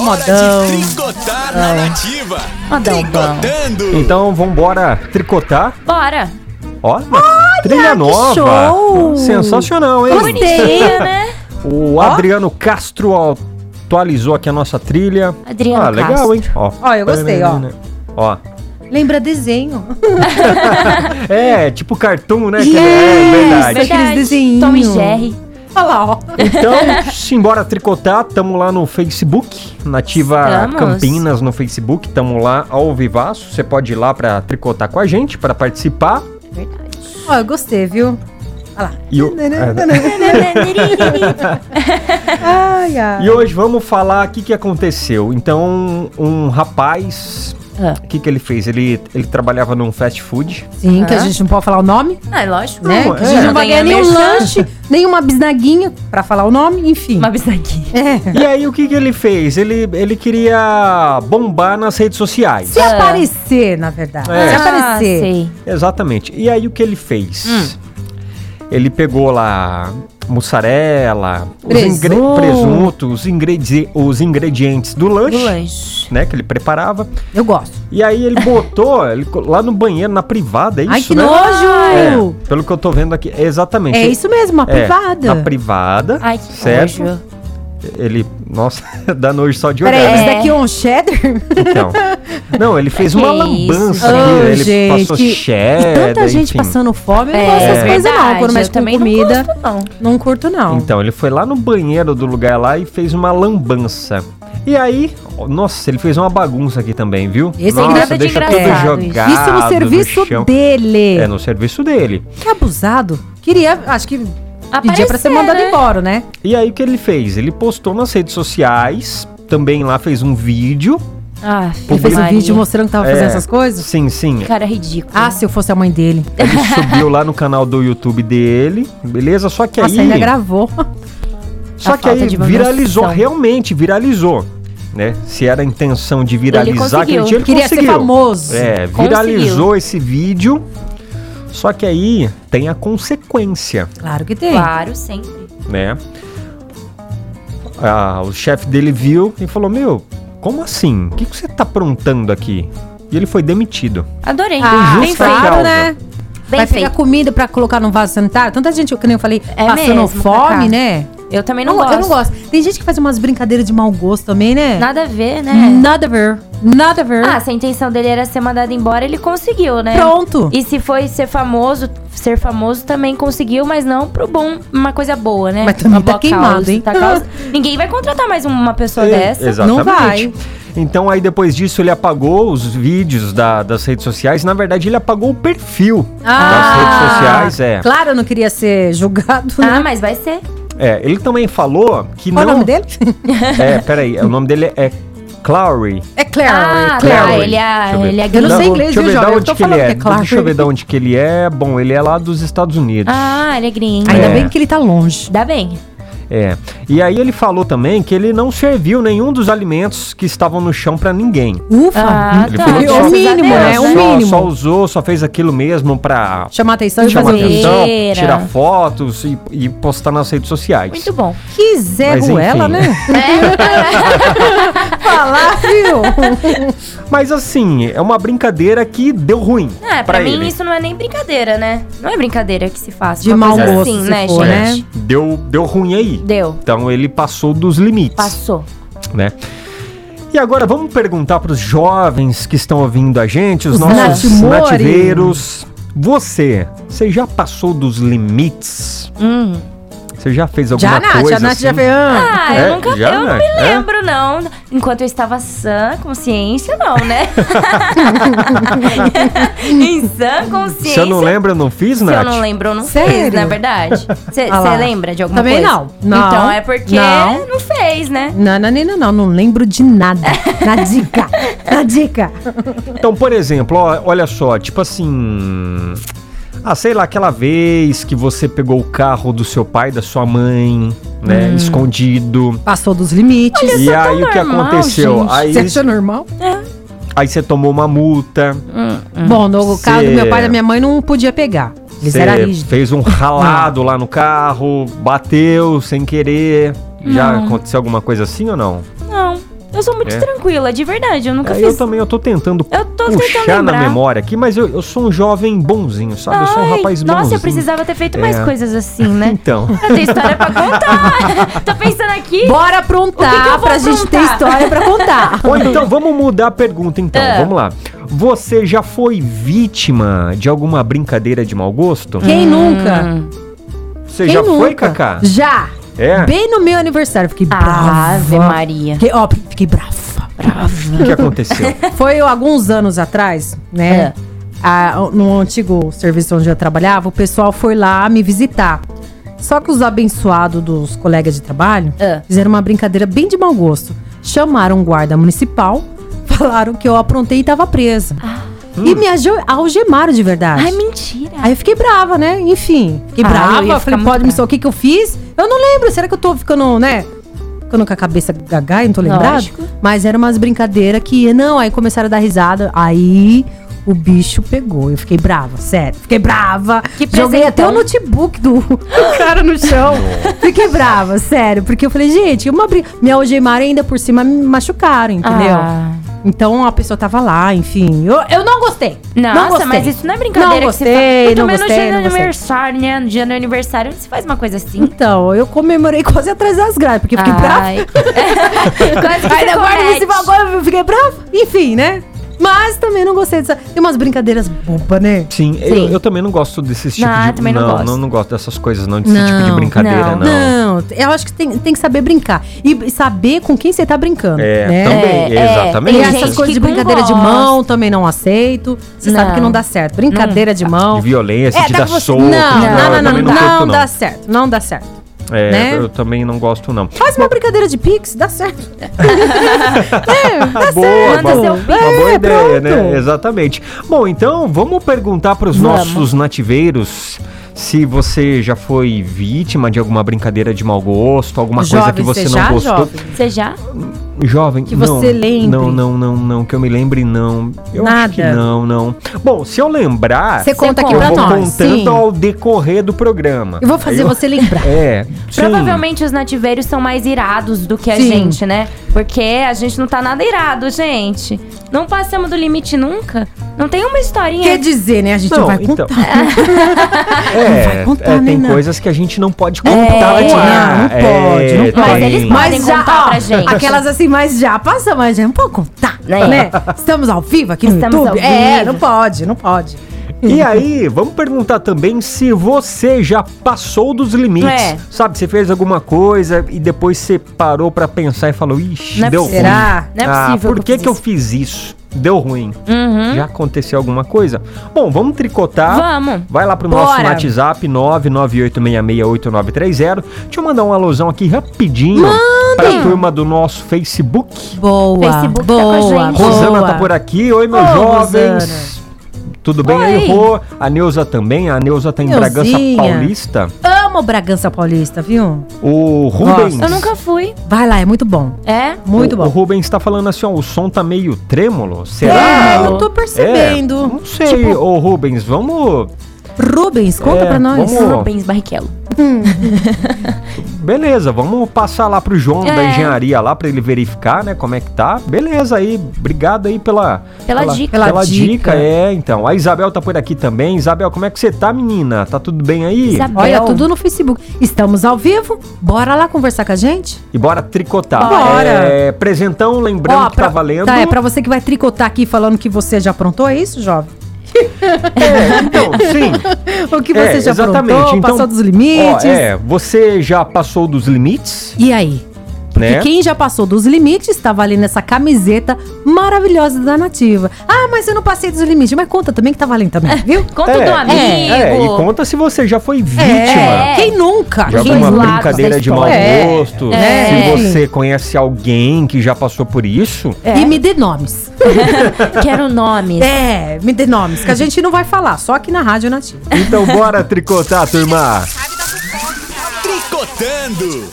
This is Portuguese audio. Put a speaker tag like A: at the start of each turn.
A: modão.
B: tricotar na
A: Ai.
B: nativa.
A: Modão bom.
B: Tricotando.
C: Então vambora tricotar.
A: Bora.
C: Ó, trilha nova.
A: show!
C: Sensacional, hein?
A: Gostei, né?
C: O Adriano Castro atualizou aqui a nossa trilha.
A: Adriano
C: ah, legal,
A: Castro.
C: hein? Ó,
D: Ó, eu gostei, ó.
C: Ó.
D: Lembra desenho.
C: É, tipo cartoon, né? Que-
D: Yes!
C: É verdade.
D: aqueles desenhinhos.
A: Tom e Jerry.
D: Olha lá, ó.
C: Então, simbora tricotar, tamo lá no Facebook, Nativa
A: Estamos.
C: Campinas no Facebook, tamo lá ao vivaço. Você pode ir lá pra tricotar com a gente, pra participar.
D: Ó, eu gostei, viu? Olha lá.
C: E o- É, né?
D: Ai, ai.
C: E hoje vamos falar o que, que aconteceu. Então, um rapaz,
A: Ah.
C: o que, que ele fez? Ele, ele trabalhava num fast food.
D: Sim, que a
A: Hã?
D: gente não pode falar o nome,
A: ah, é lógico.
D: né? Que a gente
C: é.
D: não vai ganhar nenhum
A: merchan.
D: lanche, nenhuma bisnaguinha pra falar o nome, enfim.
A: Uma bisnaguinha.
D: É.
C: E aí, o que, que ele fez? Ele, ele queria bombar nas redes sociais.
D: Se aparecer, na verdade.
C: É.
D: Se
A: Ah,
D: aparecer.
A: sei.
C: Exatamente. E aí, o que ele fez?
D: Hum.
C: Ele pegou lá mussarela, os ingre-
D: Presunto.
C: presunto, os, ingredi- os ingredientes do lanche,
A: Do lanche.
C: né, que ele preparava.
D: Eu gosto.
C: E aí, ele botou ele co- lá no banheiro, na privada, é isso,
D: Ai, que
C: né?
D: nojo!
C: É, pelo que eu tô vendo aqui, exatamente.
D: É, isso mesmo, uma
C: É,
D: privada.
C: Na privada.
A: Ai, que
C: certo?
A: nojo.
C: Ele, nossa, dá nojo só de olhar. né,
D: Peraí,
A: É.
D: isso daqui é um cheddar?
C: Então. Não, ele fez uma
A: Que
C: lambança
A: isso,
C: aqui, né? ele
D: gente.
C: passou
D: Que-
C: cheddar,
D: Tanta gente
C: enfim.
D: passando fome, eu não gosto
A: É,
D: dessas coisas não.
A: verdade,
D: Quando mexe
A: eu
D: com
A: também não
D: comida,
A: gosto, não.
D: não curto não.
C: Então, ele foi lá no banheiro do lugar lá e fez uma lambança. E aí, ó, nossa, ele fez uma bagunça aqui também, viu?
D: Esse é
C: nossa,
A: nada de
C: deixa tudo
A: engraçado, isso. é um
C: jogado
D: isso no serviço
C: chão.
D: dele.
C: É, no serviço dele.
D: Que abusado. Queria, acho que pedia pra
A: Aparecer,
D: ser mandado
A: né?
D: embora, né?
C: E aí, o que ele fez? Ele postou nas redes sociais, também lá fez um vídeo.
A: Ah,
D: Ele fez um
A: Maria.
D: vídeo mostrando que tava
C: É.
D: fazendo essas coisas.
C: Sim, sim.
A: Cara é ridículo.
D: Ah, se eu fosse a mãe dele.
C: Ele subiu lá no canal do YouTube dele, beleza? Só que
D: Nossa,
C: aí.
D: ainda gravou.
C: Só
A: A
C: que aí
A: falta de uma
C: viralizou,
A: noção.
C: realmente viralizou. Né? Se era a intenção de viralizar aquele
A: conseguiu.
C: dia, ele
D: Queria
C: conseguiu.
D: ser famoso.
C: É,
A: Conseguiu.
C: viralizou esse vídeo. Só que aí tem a consequência,
D: Claro que tem.
A: Claro, sempre.
C: né? Ah, o chefe dele viu e falou: Meu, como assim? O que, que você tá aprontando aqui? E ele foi demitido.
A: Adorei.
D: Ah,
A: bem
C: justa
A: feito.
C: causa.
D: claro, né?
A: Bem
D: Vai
A: feito.
D: pegar comida pra colocar num vaso sanitário. Tanta gente, que nem eu falei,
A: É
D: passando
A: mesmo, Cacá.
D: fome, né?
A: Eu também
D: Eu
A: não
D: não-
A: gosto.
D: Eu não gosto. Tem gente que faz umas brincadeiras de mau gosto também, né?
A: Nada a ver, né?
D: Nada a ver. Nada a ver.
A: Ah, se a intenção dele era ser mandado embora, ele conseguiu, né?
D: Pronto.
A: E se foi ser famoso, ser famoso também conseguiu, mas não pro bom, uma coisa boa, né?
D: Mas também
A: uma
D: tá
A: boa
D: queimado,
A: causa,
D: hein?
A: tá causa. Ninguém vai contratar mais uma pessoa
C: É,
A: dessa.
C: Exatamente.
D: Não vai.
C: Então aí depois disso ele apagou os vídeos da- das redes sociais. Na verdade, ele apagou o perfil
D: Ah.
C: das redes sociais. É.
D: Claro, eu não queria ser julgado.
A: Ah,
D: né?
A: mas vai ser.
C: É, ele também falou que
D: Qual
C: não.
D: o nome dele?
C: É, peraí, o nome dele é Clary.
D: É Clary.
A: Ah,
C: Clary.
A: tá. Ele é,
C: Deixa eu ver.
A: ele é
D: Eu não sei
C: Não,
D: inglês,
C: deixa eu
D: viu,
C: ver de
D: jovem? Eu
C: onde
D: tô
C: que ele
D: falando
C: é.
D: que é Clary.
C: Deixa eu ver de onde que ele é. Bom, ele é lá dos Estados Unidos.
A: Ah, ele é gringo.
D: Ainda
C: É.
D: bem que ele tá longe.
A: Dá bem.
C: É. E aí ele falou também que ele não serviu nenhum dos alimentos que estavam no chão pra ninguém.
D: Ufa.
A: Ah,
C: Ele
A: tá.
C: falou
A: graças
C: que
A: a
C: o
D: mínimo,
A: Deus,
D: né? É,
C: só,
D: o mínimo.
C: só usou, só fez aquilo mesmo pra
D: Chamar atenção e
C: chamar
D: fazer isso.
A: atenção.
C: atenção,
A: Zoeira.
C: tirar fotos e, e postar nas redes sociais.
A: Muito bom. É.
D: Que Zé
C: Mas enfim.
D: Ruela, né? Falar, viu?
C: Mas assim, é uma brincadeira que deu ruim
A: É, pra,
C: pra
A: mim
C: ele.
A: isso não é nem brincadeira, né? Não é brincadeira que se faz.
D: De
A: uma
D: mau
A: coisa
D: gosto,
A: assim,
D: se
A: né,
D: for, né?
A: gente?
C: Deu, deu ruim aí.
A: Deu.
C: Então ele passou dos limites,
A: Passou.
C: né? E agora vamos perguntar pros jovens que estão ouvindo a gente, os,
D: Os
C: nossos
D: natimores.
C: nativeiros. Você, você já passou dos limites?
A: Hum.
C: Você já fez alguma
D: Já, Nath.
C: coisa
D: A Nath
C: assim?
D: já veio. ah,
A: Ah,
C: É,
A: eu nunca
C: já,
A: eu não
C: né?
A: me
C: É.
A: lembro, não. Enquanto eu estava sã, consciência, não, né? em sã consciência.
C: Se eu não lembro, eu não fiz,
A: Se eu
C: Nath?
A: não lembro, eu não fiz,
D: Sério?
A: na verdade. Você
D: Ah lá.
A: lembra de alguma
D: Também
A: coisa?
D: não. Não.
A: Então é porque não,
D: Não.
A: fez, né?
D: Não, não, não, não, não, não lembro de nada. Na dica, na dica.
C: Então, por exemplo, ó, olha só, tipo assim. Ah, sei lá, aquela vez que você pegou o carro do seu pai, da sua mãe, né? Escondido.
D: Passou dos limites.
C: E
A: Hum. é
C: aí
A: tão
C: o que
A: normal,
C: aconteceu?
A: gente. é
C: Aí,
D: Você achou normal?
C: aí você tomou uma multa,
A: Hum.
D: Bom, no
C: Cê-
D: carro do meu pai e da minha mãe não podia pegar. Eles eram
C: você
D: rígidos.
C: fez um ralado lá no carro, bateu sem querer. Já aconteceu alguma coisa assim ou não?
A: Não. Eu sou muito
C: É.
A: tranquila, de verdade. Eu nunca
C: É,
A: fiz.
C: eu também, eu tô tentando
A: Eu tô tentando
C: puxar na
A: lembrar.
C: memória aqui, mas eu, eu sou um jovem bonzinho, sabe? eu sou um
A: Ai,
C: rapaz bonzinho.
A: nossa, eu precisava ter feito mais
C: É.
A: coisas assim, né?
C: Então,
A: Eu tenho história pra contar. tô pensando aqui.
D: Bora
A: O que que eu
D: aprontar
A: vou
D: pra gente ter
A: aprontar?
D: história pra contar.
C: ou então vamos mudar a pergunta então,
A: Ah.
C: vamos lá. Você já foi vítima de alguma brincadeira de mau gosto?
A: Hum.
D: Quem nunca?
C: Você
D: Quem
C: já
D: nunca?
C: foi, Cacá?
D: Já.
C: É?
D: Bem no meu aniversário. Fiquei brava.
A: Ah, Ave Maria.
D: Fiquei, ó, fiquei brava. brava.
C: O que aconteceu?
D: Foi alguns anos atrás, né?
A: É.
D: Ah, no antigo serviço onde eu trabalhava, o pessoal foi lá me visitar. Só que os abençoados dos colegas de trabalho
A: É.
D: fizeram uma brincadeira bem de mau gosto. Chamaram um guarda municipal, falaram que eu aprontei e tava presa. E me alge- algemaram de verdade.
A: Ah. Ai, mentira.
D: Aí eu fiquei brava, né? Enfim, fiquei
A: Ah, eu
D: brava.
A: ia
D: Eu
A: ficar
D: falei,
A: muito
D: pode me
A: brava.
D: o que que eu fiz? Eu não lembro. Será que eu tô ficando, né? Ficando com a cabeça gaga e não tô lembrado?
A: Lógico.
D: Mas eram umas brincadeiras que, não, aí começaram a dar risada. Aí o bicho pegou. Eu fiquei brava, sério. Fiquei brava.
A: Que
D: Joguei até o
A: presentão.
D: notebook do cara no chão. fiquei brava, sério. Porque eu falei, gente, uma brin... Me algemaram e ainda por cima me machucaram, entendeu?
A: Ah.
D: Então a pessoa tava lá, enfim. Eu, eu não gostei. não
A: Nossa,
D: gostei.
A: mas isso não é brincadeira
D: Não
A: que
D: gostei,
A: você faz. Muito
D: não
A: menos
D: gostei,
A: dia
D: não
A: do
D: gostei.
A: aniversário, né? No dia do aniversário, você faz uma coisa assim.
D: Então, eu comemorei quase atrás das grades, porque eu fiquei brava.
A: Ai. Quase que
D: Aí
A: você
D: da guarda
A: comete.
D: municipal agora eu fiquei brava. Enfim, né? Mas também não gostei dessa. Tem umas brincadeiras bobas, né?
C: Sim, Eu,
A: Sim.
C: eu também não gosto desse tipo
A: Ah,
C: de...
A: também não gosto.
C: não, gosto dessas coisas não, desse tipo de
D: Não,
C: brincadeira não.
A: não.
D: Não, eu acho que tem, tem que saber brincar. E saber com quem você tá brincando.
C: É,
D: né?
C: também,
A: É, é,
C: exatamente.
D: E
A: tem
C: isso.
D: essas
A: gente
D: coisas de
A: que não
D: brincadeira de
A: gosta.
D: mão também não aceito. Você sabe
A: Não.
D: que não dá certo. Brincadeira de mão.
C: Ah, De violência, de
D: É, dá
C: dar
D: pra você-
C: soco.
D: Não,
C: eu
D: não, não, não,
C: também
D: não,
C: curto,
D: dá certo. Não dá certo.
C: É,
D: né?
C: eu também não gosto não.
D: Faz uma brincadeira de pix, dá certo.
C: Tá boa,
A: certo. Manda
C: boa.
A: seu
C: uma boa
D: É,
C: ideia,
D: pronto.
C: né? Exatamente. Bom, então vamos perguntar para os
A: Vamos.
C: nossos nativeiros se você já foi vítima de alguma brincadeira de mau gosto, alguma coisa que você não gostou.
D: jovem.
A: Você já?
C: Jovem,
D: Que
C: não,
D: você lembre.
C: Não, não, não, não, que eu me lembre não. Eu
D: Nada.
C: acho que não, não. Bom, se eu lembrar,
D: Ah, Você conta aqui
C: eu
D: pra
C: vou
D: nós.
C: contando
D: Sim.
C: ao decorrer do programa.
D: Eu vou fazer
C: Eu-
D: você lembrar.
C: É, sim.
A: Provavelmente os nativeiros são mais irados do que a
D: Sim.
A: gente, né? Porque a gente não tá nada irado, gente. Não passamos do limite nunca. Não tem uma historinha.
D: Quer dizer, né? A gente
C: Não,
D: vai
C: então.
D: contar.
C: É,
D: contar,
C: é,
D: né,
C: tem
D: Nana?
C: coisas que a gente não pode contar.
A: não,
C: no
D: não
C: ar.
D: pode, não
C: É,
D: pode.
A: Mas eles
C: tem.
A: podem contar pra gente.
D: Aquelas assim, mas já passamos, mas já não pode contar,
A: É.
D: né? Estamos ao vivo aqui no
A: Estamos
D: YouTube?
A: ao
D: É,
A: vivo.
D: não pode, não pode.
C: E aí, vamos perguntar também se você já passou dos limites.
A: É.
C: Sabe, você fez alguma coisa e depois você parou pra pensar e falou, ixi,
A: Não é
C: deu ruim.
A: possível.
D: Será?
A: Não é
C: ah,
A: possível
C: por que, que eu fiz isso? Deu ruim.
A: Uhum.
C: Já aconteceu alguma coisa? Bom, vamos tricotar.
A: Vamos.
C: Vai lá pro nosso
D: Bora.
C: WhatsApp 998668930. Deixa eu mandar um alusão aqui rapidinho pra turma do nosso Facebook.
D: Boa,
A: Facebook tá com a
D: boa,
A: gente.
C: Rosana
D: boa.
C: tá por aqui. Oi, meus
D: Ô,
C: jovens. Tudo bem aí,
A: Oi.
C: Rô? A Neuza também. A Neuza tá em Bragança
D: Neuzinha.
C: Paulista.
D: Amo Bragança Paulista, viu?
C: O Rubens.
A: Eu nunca fui.
D: Vai lá, é muito bom.
A: É?
D: Muito
C: o, O
D: bom.
C: Rubens tá falando assim, ó, o som tá meio trêmulo. Será?
D: É, eu tô
C: É,
D: percebendo.
C: não sei, ô Rubens, vamos.
D: Rubens, conta
C: É,
D: pra nós.
C: vamos- Pô.
A: Rubens Barrichello.
C: Beleza, vamos passar lá pro João da
A: É.
C: engenharia lá pra ele verificar, né, como é que tá. Beleza aí, obrigado aí pela
A: Pela dica.
C: Pela,
D: Pela
C: dica.
D: dica.
C: é, então. A Isabel tá por aqui também. Isabel, como é que você tá, menina? Tá tudo bem aí?
A: Isabel.
D: Olha,
A: Bel.
D: tudo no Facebook. Estamos ao vivo, bora lá conversar com a gente?
C: E bora tricotar.
D: Bora.
C: É, presentão, lembrando que
D: pra-
C: tá valendo.
D: Tá, é pra você que vai tricotar aqui falando que você já aprontou, é isso, jovem?
C: É, então, sim.
D: O que
C: É,
D: você já
C: exatamente.
D: aprontou,
C: Então,
D: passou dos limites.
C: Ó, é, você já passou dos limites,
D: E aí?
C: né?
D: E quem já passou dos limites está valendo essa camiseta maravilhosa da Nativa. Ah, mas eu não passei dos limites. Mas conta também que tá valendo também, viu?
A: Conta do amigo.
C: é, e conta se você já foi vítima.
A: É.
D: Quem nunca?
C: De
A: Joga
D: Quem
A: uma
C: alguma
A: lados
D: nunca?
A: da
C: brincadeira de mau
A: história.
D: É.
C: gosto.
D: É.
C: Se você conhece alguém que já passou por isso,
A: É.
D: E me dê nomes.
A: Quero nomes.
D: É, me dê nomes, que a gente não vai falar, só aqui na Rádio Nativa.
C: então bora tricotar, turma.
B: Tricotando.